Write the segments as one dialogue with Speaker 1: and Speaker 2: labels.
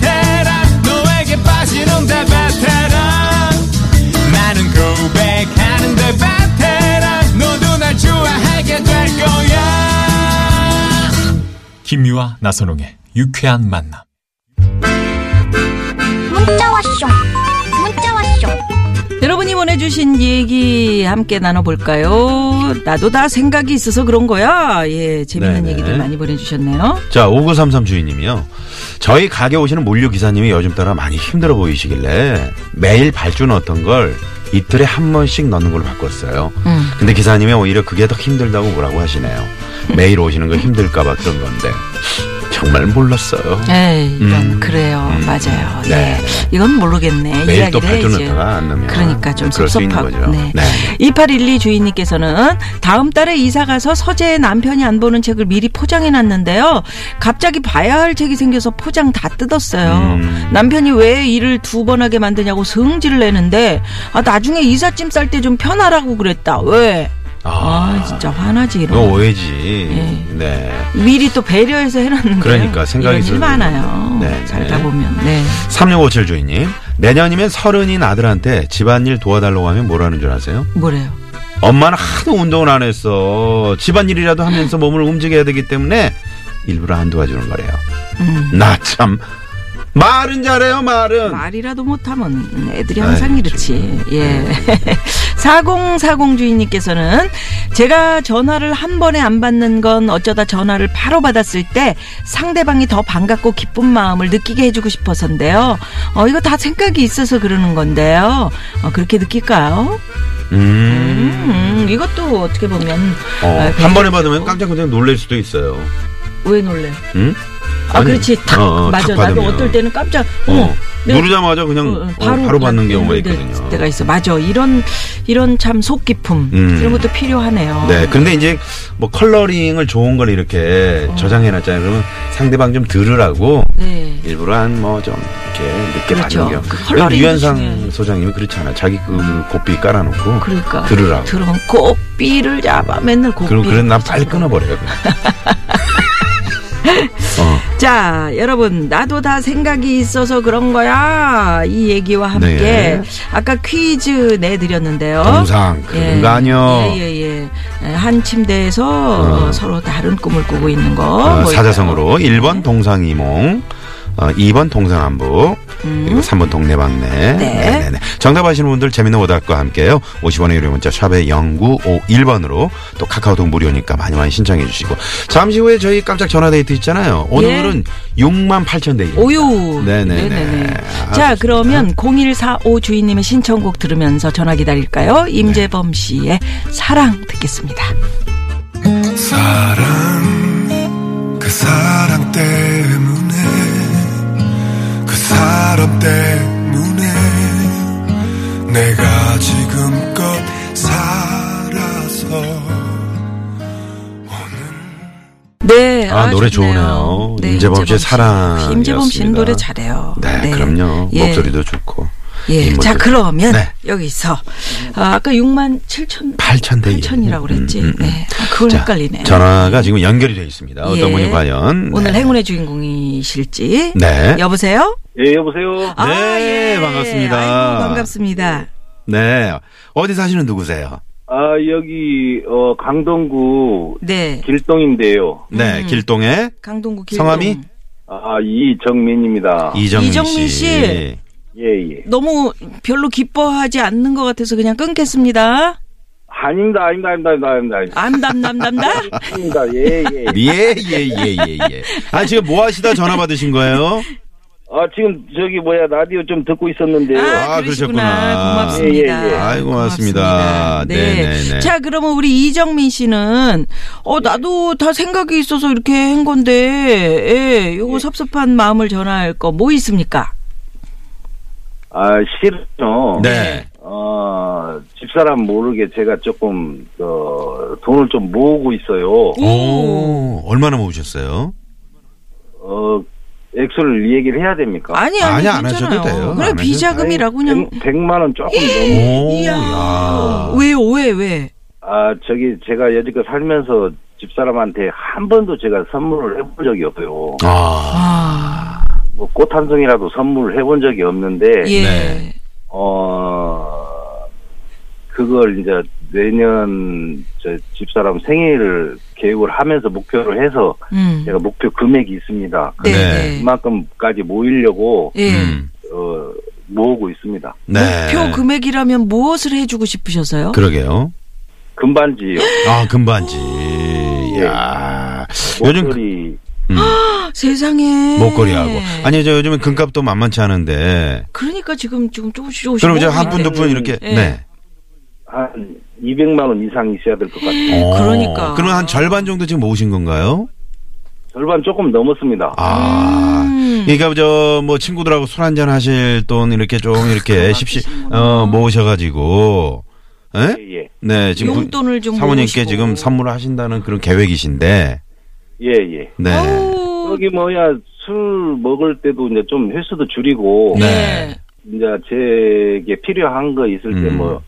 Speaker 1: 베테랑 너에게 빠지는데 베테랑 나는 고백하는데 베테랑 너도 날 좋아하게 될 거야
Speaker 2: 김미화 나선홍의 유쾌한 만남.
Speaker 3: 문자 왔쇼 문자 왔쇼
Speaker 4: 여러분이 보내주신 얘기 함께 나눠볼까요? 나도 다 생각이 있어서 그런 거야. 예, 재밌는
Speaker 5: 네네.
Speaker 4: 얘기들 많이 보내주셨네요.
Speaker 5: 자, 5933 주인님이요. 저희 가게 오시는 물류 기사님이 요즘 따라 많이 힘들어 보이시길래 매일 발주 넣었던 걸 이틀에 한 번씩 넣는 걸로 바꿨어요.
Speaker 4: 음.
Speaker 5: 근데 기사님이 오히려 그게 더 힘들다고 뭐라고 하시네요.
Speaker 4: 음.
Speaker 5: 매일 오시는 거 힘들까봐 그런 건데 정말 몰랐어요.
Speaker 4: 에이, 이런,
Speaker 5: 음.
Speaker 4: 그래요.
Speaker 5: 음.
Speaker 4: 맞아요.
Speaker 5: 네.
Speaker 4: 예. 이건 모르겠네.
Speaker 5: 매일 또
Speaker 4: 이야기를
Speaker 5: 발주
Speaker 4: 해야지.
Speaker 5: 넣다가 안 넣으면
Speaker 4: 그러니까 좀
Speaker 5: 그럴 수 있는
Speaker 4: 섭섭하고.
Speaker 5: 거죠.
Speaker 4: 네.
Speaker 5: 네.
Speaker 4: 2812 주인님께서는 다음 달에 이사 가서 서재에 남편이 안 보는 책을 미리 포장해 놨는데요. 갑자기 봐야 할 책이 생겨서 포장 다 뜯었어요.
Speaker 5: 음.
Speaker 4: 남편이 왜 일을 두 번 하게 만드냐고 성질을 내는데 아, 나중에 이삿짐 쌀 때 좀 편하라고 그랬다. 왜? 아,
Speaker 5: 아,
Speaker 4: 진짜 화나지
Speaker 5: 이거
Speaker 4: 이런.
Speaker 5: 오해지. 네.
Speaker 4: 미리 또 배려해서 해놨는데.
Speaker 5: 그러니까 생각이
Speaker 4: 이런 일
Speaker 5: 들어요.
Speaker 4: 많아요.
Speaker 5: 네,
Speaker 4: 살다
Speaker 5: 네.
Speaker 4: 보면. 네.
Speaker 5: 3657 주인님. 내년이면 서른인 아들한테 집안일 도와달라고 하면 뭐라는 줄 아세요?
Speaker 4: 뭐래요?
Speaker 5: 엄마는 하도 운동을 안 했어. 집안일이라도
Speaker 4: 아.
Speaker 5: 하면서 몸을 움직여야 되기 때문에 일부러 안 도와주는 거래요.
Speaker 4: 음.
Speaker 5: 나 참 말은 잘해요 말은.
Speaker 4: 말이라도 못하면 애들이 항상
Speaker 5: 아이,
Speaker 4: 이렇지. 예.
Speaker 5: 네.
Speaker 4: 4040 주인님께서는 제가 전화를 한 번에 안 받는 건 어쩌다 전화를 바로 받았을 때 상대방이 더 반갑고 기쁜 마음을 느끼게 해주고 싶어서인데요. 어, 이거 다 생각이 있어서 그러는 건데요. 어, 그렇게 느낄까요?
Speaker 5: 음.
Speaker 4: 음, 이것도 어떻게 보면
Speaker 5: 어,
Speaker 4: 아,
Speaker 5: 한 번에 받으면 깜짝깜짝 놀랄 수도 있어요.
Speaker 4: 왜 놀래?
Speaker 5: 응?
Speaker 4: 아,
Speaker 5: 아니,
Speaker 4: 그렇지. 탁.
Speaker 5: 어, 어,
Speaker 4: 맞아.
Speaker 5: 탁
Speaker 4: 나도
Speaker 5: 받으면.
Speaker 4: 어떨 때는 깜짝.
Speaker 5: 어,
Speaker 4: 어머, 내가
Speaker 5: 누르자마자 그냥
Speaker 4: 어, 네,
Speaker 5: 어, 바로, 받는 경우가 있거든요.
Speaker 4: 때가 있어. 맞아. 이런 이런 참 속깊음
Speaker 5: 음.
Speaker 4: 이런 것도 필요하네요.
Speaker 5: 네, 근데 이제 뭐 컬러링을 좋은 걸 이렇게
Speaker 4: 어.
Speaker 5: 저장해놨잖아요. 그러면 상대방 좀 들으라고
Speaker 4: 네.
Speaker 5: 일부러 한 뭐 좀 이렇게 늦게
Speaker 4: 그렇죠.
Speaker 5: 받는 경우.
Speaker 4: 그
Speaker 5: 왜냐면
Speaker 4: 컬러링도 중요해요.
Speaker 5: 유현상 소장님이 그렇지 않아. 자기 그 고삐 깔아놓고
Speaker 4: 그러니까
Speaker 5: 들으라고.
Speaker 4: 들으면 고삐를 잡아 맨날 고삐.
Speaker 5: 그럼 그래 난 빨리 끊어버려요. 그냥. 어,
Speaker 4: 자, 여러분, 나도 다 생각이 있어서 그런 거야. 이 얘기와 함께
Speaker 5: 네.
Speaker 4: 아까 퀴즈 내 드렸는데요.
Speaker 5: 동상 그런 거 아니요.
Speaker 4: 어? 예. 예예예. 한 침대에서
Speaker 5: 어.
Speaker 4: 어, 서로 다른 꿈을 꾸고 있는 거. 뭐
Speaker 5: 어,
Speaker 4: 뭘까요? 예.
Speaker 5: 사자성어로 1번 동상이몽, 어, 2번 동상안부,
Speaker 4: 음.
Speaker 5: 그리고 3번 동네방네. 네네네. 정답 아시는 분들 재밌는 오답과 함께요. 50원의 유료 문자 샵의 0951번으로 또 카카오톡 무료니까 많이 많이 신청해 주시고 잠시 후에 저희 깜짝 전화데이트 있잖아요. 오늘은 6만 8천 대입니다.
Speaker 4: 예. 오유.
Speaker 5: 네네네.
Speaker 4: 네네네.
Speaker 5: 아,
Speaker 4: 자,
Speaker 5: 좋습니다.
Speaker 4: 그러면 0145 주인님의 신청곡 들으면서 전화
Speaker 5: 네.
Speaker 4: 기다릴까요? 임재범 씨의 사랑 듣겠습니다.
Speaker 6: 사랑 그 사랑 때문에 그 사람 때문에 내가 지금껏 살아서 오늘
Speaker 4: 네.
Speaker 5: 아, 노래
Speaker 4: 좋네요.
Speaker 5: 좋으네요. 임재범 씨의
Speaker 4: 씨.
Speaker 5: 사랑이었습니다.
Speaker 4: 임재범 씨는 노래 잘해요.
Speaker 5: 네, 그럼요.
Speaker 4: 예,
Speaker 5: 목소리도 좋고.
Speaker 4: 예.
Speaker 5: 인물도
Speaker 4: 자, 그러면
Speaker 5: 네.
Speaker 4: 여기서 아, 아까 6만 7천
Speaker 5: 8,000 대
Speaker 4: 8천이라고 그랬지.
Speaker 5: 음, 음, 음.
Speaker 4: 네. 아, 그걸
Speaker 5: 자,
Speaker 4: 헷갈리네.
Speaker 5: 전화가 지금 연결이 되어 있습니다.
Speaker 4: 예.
Speaker 5: 어떤 분이 과연
Speaker 4: 오늘
Speaker 5: 네.
Speaker 4: 행운의 주인공이실지.
Speaker 5: 네.
Speaker 4: 여보세요?
Speaker 7: 예, 여보세요.
Speaker 4: 아,
Speaker 5: 네,
Speaker 4: 예.
Speaker 5: 반갑습니다.
Speaker 4: 아이고, 반갑습니다.
Speaker 5: 네. 어디 사시는 누구세요?
Speaker 7: 아, 여기, 어, 강동구
Speaker 4: 네.
Speaker 7: 길동인데요.
Speaker 5: 네,
Speaker 4: 음.
Speaker 5: 길동의
Speaker 4: 강동구 길동.
Speaker 5: 성함이?
Speaker 7: 아, 이정민입니다.
Speaker 5: 이정민,
Speaker 4: 이정민 씨.
Speaker 7: 예, 예.
Speaker 4: 너무 별로 기뻐하지 않는 것 같아서 그냥 끊겠습니다.
Speaker 7: 아닙니다, 아닙니다, 아닙니다, 아닙니다, 아닙니다.
Speaker 4: 암담담담다.
Speaker 7: 아닙니다, 예, 예.
Speaker 5: 예, 예, 예, 예, 예. 아, 지금 뭐 하시다 전화 받으신 거예요?
Speaker 7: 아, 지금 저기 뭐야, 라디오 좀 듣고 있었는데요.
Speaker 5: 아, 그러셨구나.
Speaker 4: 고맙습니다.
Speaker 7: 예, 예, 예.
Speaker 5: 아이고, 고맙습니다.
Speaker 4: 고맙습니다. 네.
Speaker 5: 네, 네, 네.
Speaker 4: 자, 그러면 우리 이정민 씨는 어 나도 다 생각이 있어서 이렇게 한 건데, 예, 요거 섭섭한 마음을 전할 거 뭐 있습니까?
Speaker 7: 아, 실은요.
Speaker 5: 네.
Speaker 7: 어, 집사람 모르게 제가 조금, 어, 돈을 좀 모으고 있어요.
Speaker 5: 오, 얼마나 모으셨어요?
Speaker 7: 어, 액수를 이 얘기를 해야 됩니까?
Speaker 4: 아니 아니
Speaker 5: 아니, 안
Speaker 4: 괜찮아요.
Speaker 5: 하셔도 돼요. 안
Speaker 4: 그래
Speaker 5: 하셔도
Speaker 4: 비자금이라고 그냥
Speaker 7: 100, 만원 조금 넘
Speaker 5: 오,
Speaker 4: 이야.
Speaker 5: 야.
Speaker 4: 왜요 왜 왜?
Speaker 7: 아, 저기 제가 여지껏 살면서 집사람한테 한 번도 제가 선물을 해본 적이 없어요.
Speaker 5: 아,
Speaker 4: 아
Speaker 7: 뭐 꽃 한 송이라도 선물을 해본 적이 없는데,
Speaker 4: 예.
Speaker 5: 네.
Speaker 7: 어, 그걸 이제 내년 저 집사람 생일을 계획을 하면서 목표를 해서
Speaker 4: 음.
Speaker 7: 제가 목표 금액이 있습니다.
Speaker 4: 네.
Speaker 5: 네.
Speaker 4: 네.
Speaker 7: 그만큼까지 모이려고
Speaker 4: 예.
Speaker 5: 음.
Speaker 7: 어, 모으고 있습니다.
Speaker 5: 네.
Speaker 4: 목표 그 금액이라면 무엇을 해주고 싶으셔서요?
Speaker 5: 그러게요.
Speaker 7: 금반지요.
Speaker 5: 아, 금반지. 야. 요즘 그-
Speaker 7: 목소리
Speaker 4: 세상에
Speaker 5: 목걸이하고
Speaker 4: 네.
Speaker 5: 아니 저 요즘에 금값도 만만치 않은데
Speaker 4: 그러니까 지금 지금 조금씩 조금씩
Speaker 5: 그럼 이제
Speaker 4: 모으고
Speaker 5: 한 분
Speaker 4: 있는데.
Speaker 5: 두 분 이렇게
Speaker 4: 예.
Speaker 5: 네.
Speaker 7: 한 200만 원 이상 있어야 될 것 같아요.
Speaker 5: 어,
Speaker 4: 그러니까.
Speaker 5: 그러면 한 절반 정도 지금 모으신 건가요?
Speaker 7: 절반 조금 넘었습니다.
Speaker 5: 아.
Speaker 4: 음.
Speaker 5: 그러니까 저 뭐 친구들하고 술 한잔 하실 돈 이렇게 좀
Speaker 4: 아,
Speaker 5: 이렇게 십시 어 모으셔 가지고 예?
Speaker 7: 예, 예.
Speaker 5: 네, 지금 군-
Speaker 4: 용돈을 좀
Speaker 5: 사모님께
Speaker 4: 모으시고.
Speaker 5: 지금 선물을 하신다는 그런 계획이신데.
Speaker 7: 예, 예.
Speaker 5: 네.
Speaker 4: 아우,
Speaker 7: 여기 뭐야, 술 먹을 때도 이제 좀 횟수도 줄이고,
Speaker 5: 네.
Speaker 7: 이제 제게 필요한 거 있을 때
Speaker 5: 음.
Speaker 7: 뭐,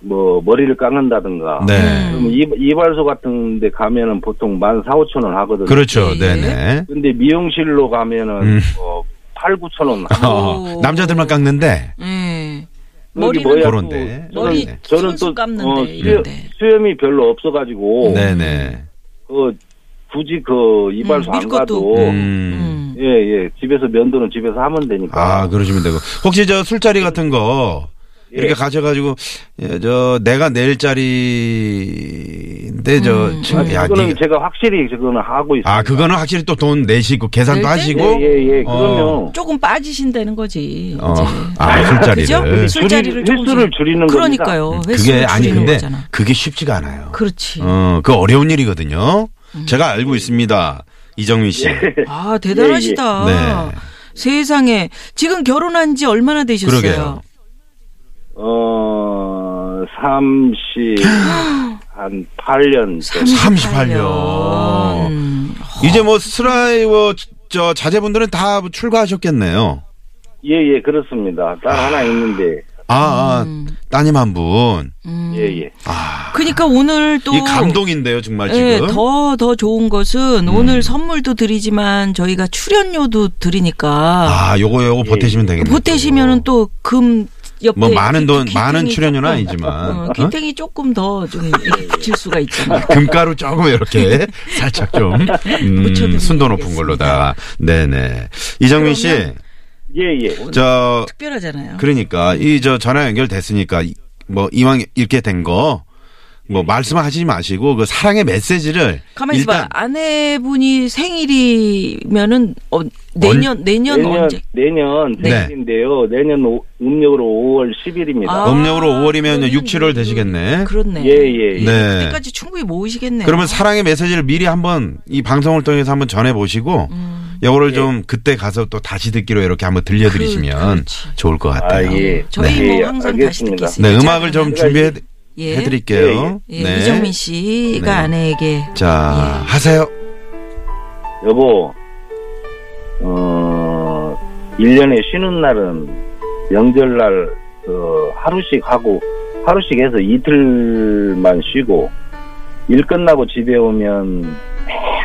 Speaker 7: 뭐, 머리를 깎는다든가.
Speaker 5: 네.
Speaker 7: 그럼 이, 이발소 같은 데 가면은 보통 만 4, 5천 원 하거든요.
Speaker 5: 그렇죠.
Speaker 4: 예.
Speaker 5: 네, 네.
Speaker 7: 근데 미용실로 가면은
Speaker 5: 음.
Speaker 7: 어, 8, 9천 원.
Speaker 5: 어, 남자들만 깎는데
Speaker 4: 예.
Speaker 7: 여기
Speaker 4: 머리는
Speaker 7: 뭐야,
Speaker 5: 그런데.
Speaker 7: 또
Speaker 4: 머리
Speaker 7: 저는, 저는
Speaker 4: 손수
Speaker 7: 또
Speaker 4: 감는데
Speaker 7: 어, 수염,
Speaker 4: 이런데.
Speaker 7: 수염이 별로 없어가지고
Speaker 5: 네, 네.
Speaker 7: 그 굳이 그 이발소
Speaker 4: 음,
Speaker 7: 안 가도
Speaker 4: 밀것도.
Speaker 5: 음.
Speaker 4: 음.
Speaker 7: 예, 예. 집에서 면도는 집에서 하면 되니까.
Speaker 5: 아, 그러시면 되고. 혹시 저 술자리 같은 거 이렇게 가셔가지고 예, 저 내가 내일 자리인데 저
Speaker 4: 음. 아,
Speaker 5: 친구 야,
Speaker 7: 아, 그거는
Speaker 5: 네가-
Speaker 7: 제가 확실히 그거는 하고 있어요.
Speaker 5: 아 그거는 확실히 또 돈 내시고 계산도
Speaker 4: 낼때?
Speaker 7: 예,
Speaker 5: 하시고
Speaker 7: 예, 예.
Speaker 5: 어.
Speaker 7: 그러면
Speaker 4: 조금 빠지신다는 거지.
Speaker 5: 어,
Speaker 4: 이제.
Speaker 5: 아
Speaker 4: 그죠?
Speaker 5: 술자리를 네.
Speaker 7: 술-
Speaker 4: 술자리를
Speaker 7: 줄이- 횟수를
Speaker 4: 조금씩.
Speaker 7: 줄이는 겁니다.
Speaker 4: 그러니까요.
Speaker 5: 그게 아니 근데
Speaker 4: 거잖아.
Speaker 5: 그게 쉽지가 않아요.
Speaker 4: 그렇지.
Speaker 5: 어, 그 어려운 일이거든요.
Speaker 4: 음.
Speaker 5: 제가 알고 있습니다. 이정민 씨.
Speaker 7: 예.
Speaker 4: 아 대단하시다.
Speaker 5: 네.
Speaker 4: 세상에 지금 결혼한 지 얼마나 되셨어요?
Speaker 5: 그러게요.
Speaker 7: 어 30,
Speaker 4: 아.
Speaker 7: 한 8년.
Speaker 5: 38년.
Speaker 4: 음.
Speaker 5: 이제 뭐 스라이워 저 자제분들은 다 출가하셨겠네요.
Speaker 7: 예, 예, 그렇습니다. 딸 하나 있는데.
Speaker 5: 아, 아
Speaker 4: 음.
Speaker 5: 따님 한 분.
Speaker 7: 예, 예.
Speaker 4: 그러니까 오늘 또
Speaker 5: 이 감동인데요, 정말 지금. 음.
Speaker 4: 예, 더, 더 좋은 것은 오늘 선물도 드리지만 저희가 출연료도 드리니까
Speaker 5: 아, 요거 요거 보태시면 되겠네요.
Speaker 4: 그 보태시면은 또 금 옆에
Speaker 5: 뭐 많은 돈,
Speaker 4: 귀-
Speaker 5: 많은
Speaker 4: 귀퉁이
Speaker 5: 출연료는
Speaker 4: 조금, 그
Speaker 5: 아니지만.
Speaker 4: 어,
Speaker 5: 어?
Speaker 4: 귀탱이 조금 더 좀 붙일 수가 있잖아요.
Speaker 5: 금가루 조금 이렇게 살짝 좀 음,
Speaker 4: 묻혀드리도록
Speaker 5: 순도 높은 걸로다. 네네. 이정민 씨,
Speaker 4: 그러면-
Speaker 7: 예, 예.
Speaker 5: 저
Speaker 4: 특별하잖아요.
Speaker 5: 그러니까 이 저 전화 연결됐으니까 이- 뭐 이왕 이렇게 된 거. 뭐 말씀하시지 마시고 그 사랑의 메시지를
Speaker 4: 네. 가만히
Speaker 5: 일단
Speaker 4: 있어봐. 아내분이 생일이면은 어, 내년 내년,
Speaker 7: 내년,
Speaker 4: 언제?
Speaker 7: 내년
Speaker 5: 네.
Speaker 7: 생일인데요. 내년 오- 음력으로 5월 10일입니다.
Speaker 4: 아,
Speaker 5: 음력으로 5월이면
Speaker 4: 그러면
Speaker 5: 6, 7월
Speaker 4: 그-
Speaker 5: 되시겠네.
Speaker 4: 그렇네.
Speaker 7: 예, 예, 예.
Speaker 5: 네.
Speaker 4: 그때까지 충분히 모으시겠네요.
Speaker 5: 그러면 사랑의 메시지를 미리 한번 이 방송을 통해서 한번 전해 보시고
Speaker 4: 음.
Speaker 5: 요거를 좀 그때 가서 또 다시 듣기로 이렇게 한번 들려 드리시면
Speaker 4: 그렇지.
Speaker 5: 좋을 것 같아요.
Speaker 7: 아, 예.
Speaker 4: 저희
Speaker 7: 네.
Speaker 4: 뭐
Speaker 7: 예,
Speaker 4: 항상 다시
Speaker 7: 알겠습니다.
Speaker 4: 듣겠습니다.
Speaker 5: 네, 음악을 좀 준비해
Speaker 4: 예.
Speaker 5: 해 드릴게요.
Speaker 4: 예, 이정민 씨가 예.
Speaker 5: 네.
Speaker 4: 아내에게
Speaker 5: 자, 하세요.
Speaker 7: 여보, 어, 1년에 쉬는 날은 명절날 그 하루씩 하고, 하루씩 해서 이틀만 쉬고, 일 끝나고 집에 오면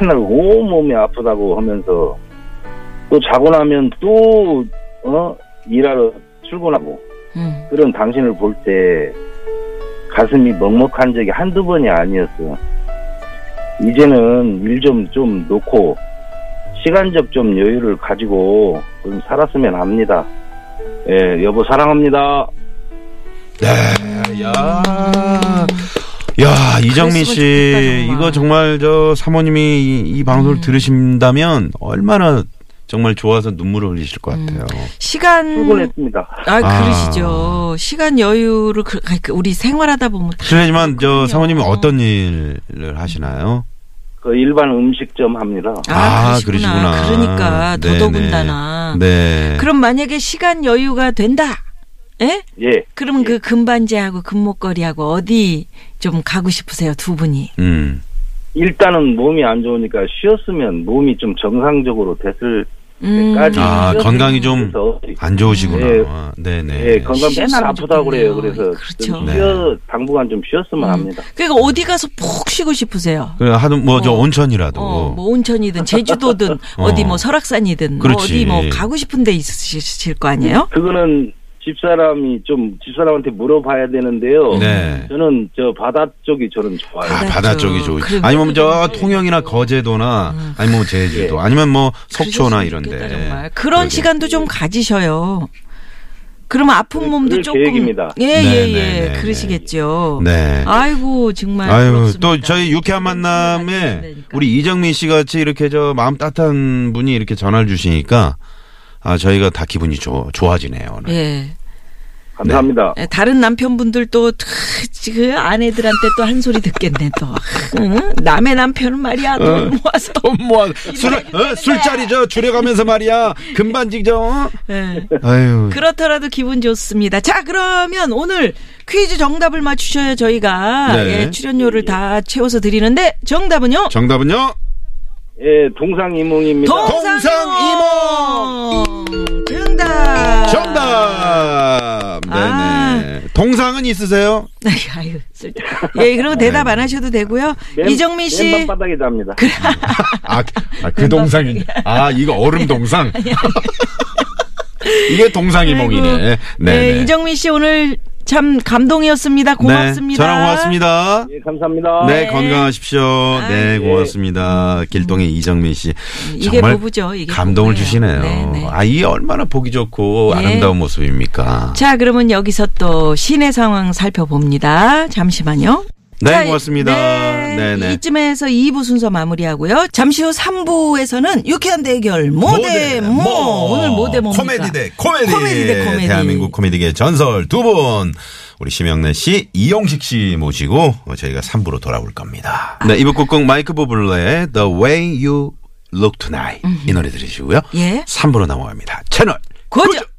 Speaker 7: 맨날 온몸이 아프다고 하면서, 또 자고 나면 또, 어, 일하러 출근하고,
Speaker 4: 음.
Speaker 7: 그런 당신을 볼 때 가슴이 먹먹한 적이 한두 번이 아니었어. 이제는 일 좀 좀 놓고 시간적 좀 여유를 가지고 좀 살았으면 합니다. 예, 여보 사랑합니다.
Speaker 5: 야. 야,
Speaker 4: 아, 그랬으면
Speaker 5: 이정민
Speaker 4: 좋겠다,
Speaker 5: 씨,
Speaker 4: 정말. 음.
Speaker 5: 이거 정말 저 사모님이 이, 이 방송을 들으신다면 얼마나 정말 좋아서 눈물을 흘리실
Speaker 4: 음.
Speaker 5: 것 같아요.
Speaker 4: 시간
Speaker 7: 출근했습니다.
Speaker 4: 아
Speaker 5: 아.
Speaker 4: 그러시죠. 시간 여유를 그- 아니, 그 우리 생활하다 보면 다
Speaker 5: 실례지만 저 사모님은 어떤 일을 하시나요?
Speaker 7: 그 일반 음식점 합니다.
Speaker 4: 아,
Speaker 5: 아,
Speaker 4: 그러시구나.
Speaker 5: 그러시구나. 네,
Speaker 4: 그러니까
Speaker 5: 네네.
Speaker 4: 더더군다나.
Speaker 5: 네.
Speaker 4: 그럼 만약에 시간 여유가 된다. 예?
Speaker 7: 예.
Speaker 4: 그러면 그 금반지하고 금목걸이하고 어디 좀 가고 싶으세요 두 분이?
Speaker 5: 음.
Speaker 7: 일단은 몸이 안 좋으니까 쉬었으면 몸이 좀 정상적으로 됐을
Speaker 4: 음.
Speaker 7: 때까지.
Speaker 5: 아,
Speaker 7: 쉬었으면
Speaker 5: 건강이 좀
Speaker 7: 좋겠어.
Speaker 5: 안
Speaker 7: 예.
Speaker 5: 좋으시구나. 네, 네.
Speaker 7: 예, 건강 맨날
Speaker 4: 쉬었으면
Speaker 7: 아프다 그래요.
Speaker 4: 좋겠네요.
Speaker 7: 그래서
Speaker 4: 그렇죠.
Speaker 7: 좀 쉬어 당분간 좀 쉬었으면 합니다.
Speaker 4: 그러니까 어디 가서 푹 쉬고 싶으세요?
Speaker 5: 그래 하든 뭐 저
Speaker 4: 어.
Speaker 5: 온천이라도.
Speaker 4: 어, 뭐 온천이든 제주도든 어. 디뭐 설악산이든 뭐
Speaker 5: 그렇지.
Speaker 4: 어디 뭐 가고 싶은 데 있으실 거 아니에요?
Speaker 7: 그거는 집사람이 좀 집사람한테 물어봐야 되는데요.
Speaker 5: 네.
Speaker 7: 저는 저 바다 쪽이 저는 좋아요.
Speaker 5: 아,
Speaker 4: 바다
Speaker 5: 바다
Speaker 4: 쪽.
Speaker 5: 쪽이 좋으시.
Speaker 4: 그래. 뭐
Speaker 5: 아니면 뭐 저 통영이나 거제도나 아니면 제주도 아니면 뭐 속초나
Speaker 4: 어. 그러셨으면
Speaker 5: 이런데. 네.
Speaker 4: 좋겠다, 정말. 그런 시간도 좀 가지셔요. 그러면 아픈 몸도
Speaker 7: 네, 그럴
Speaker 4: 조금
Speaker 7: 계획입니다.
Speaker 4: 예예예
Speaker 5: 네, 네, 네, 네.
Speaker 4: 그러시겠죠.
Speaker 5: 네.
Speaker 4: 아이고 네, 정말.
Speaker 5: 아유,
Speaker 4: 부럽습니다.
Speaker 5: 또 저희 유쾌한
Speaker 4: 만나야
Speaker 5: 만남에
Speaker 4: 되니까.
Speaker 5: 우리 이정민 씨 같이 이렇게 저 마음 따뜻한 분이 이렇게 전화를 주시니까 아, 저희가 다 기분이 좋, 좋아지네요. 오늘.
Speaker 4: 예.
Speaker 7: 감사합니다.
Speaker 4: 예, 다른 남편분들 또 그 아내들한테 또 한 소리 듣겠네 또 응? 남의 남편은 말이야
Speaker 7: 어.
Speaker 4: 돈 모아서
Speaker 5: 돈 모아 술 어, 술자리 저 줄여가면서 말이야 금반지 저 어?
Speaker 4: 예.
Speaker 5: 아유
Speaker 4: 그렇더라도 기분 좋습니다. 자, 그러면 오늘 퀴즈 정답을 맞추셔야 저희가
Speaker 5: 네.
Speaker 4: 예, 출연료를 다 채워서 드리는데 정답은요?
Speaker 5: 정답은요
Speaker 7: 예, 동상이몽입니다.
Speaker 5: 동상이몽!
Speaker 4: 동상이몽. 정답.
Speaker 5: 정답
Speaker 4: 아.
Speaker 5: 네네 동상은 있으세요
Speaker 4: 네, 아유, 쓸데. 예, 그리고 대답 안 하셔도 되고요.
Speaker 7: 맨-
Speaker 4: 이정민 씨.
Speaker 7: 맨 바닥에 잡니다.
Speaker 5: 아, 아, 그 동상이 아 이거 얼음 동상 이게 동상이몽이네
Speaker 4: 아이고. 예,
Speaker 5: 네네
Speaker 4: 이정민 씨 오늘 참 감동이었습니다. 고맙습니다.
Speaker 5: 네, 전화 고맙습니다
Speaker 7: 예, 감사합니다.
Speaker 5: 네, 건강하십시오. 네, 고맙습니다. 길동의 이정민 씨.
Speaker 4: 아, 예. 이게 부부죠, 이게
Speaker 5: 감동을
Speaker 4: 부부예요.
Speaker 5: 주시네요.
Speaker 4: 네, 네.
Speaker 5: 아, 이게 얼마나 보기 좋고
Speaker 4: 예.
Speaker 5: 아름다운 모습입니까?
Speaker 4: 자, 그러면 여기서 또 시내 상황 살펴봅니다. 잠시만요.
Speaker 5: 네,
Speaker 4: 자,
Speaker 5: 고맙습니다.
Speaker 4: 네,
Speaker 5: 네, 네.
Speaker 4: 이쯤에서 2부 순서 마무리하고요. 잠시 후 3부에서는 유쾌한 대결 모대 모. 오늘 모대 모
Speaker 5: 코미디 대 코미디.
Speaker 4: 코미디 대 코미디.
Speaker 5: 대한민국 코미디계 전설 두 분. 우리 심영래 씨, 이영식 씨 모시고 저희가 3부로 돌아올 겁니다. 네, 이부 곡곡 마이크 부블레의 The Way You Look Tonight 이 노래 들으시고요.
Speaker 4: 예.
Speaker 5: 3부로 넘어갑니다. 채널
Speaker 4: 고정.
Speaker 5: 고정.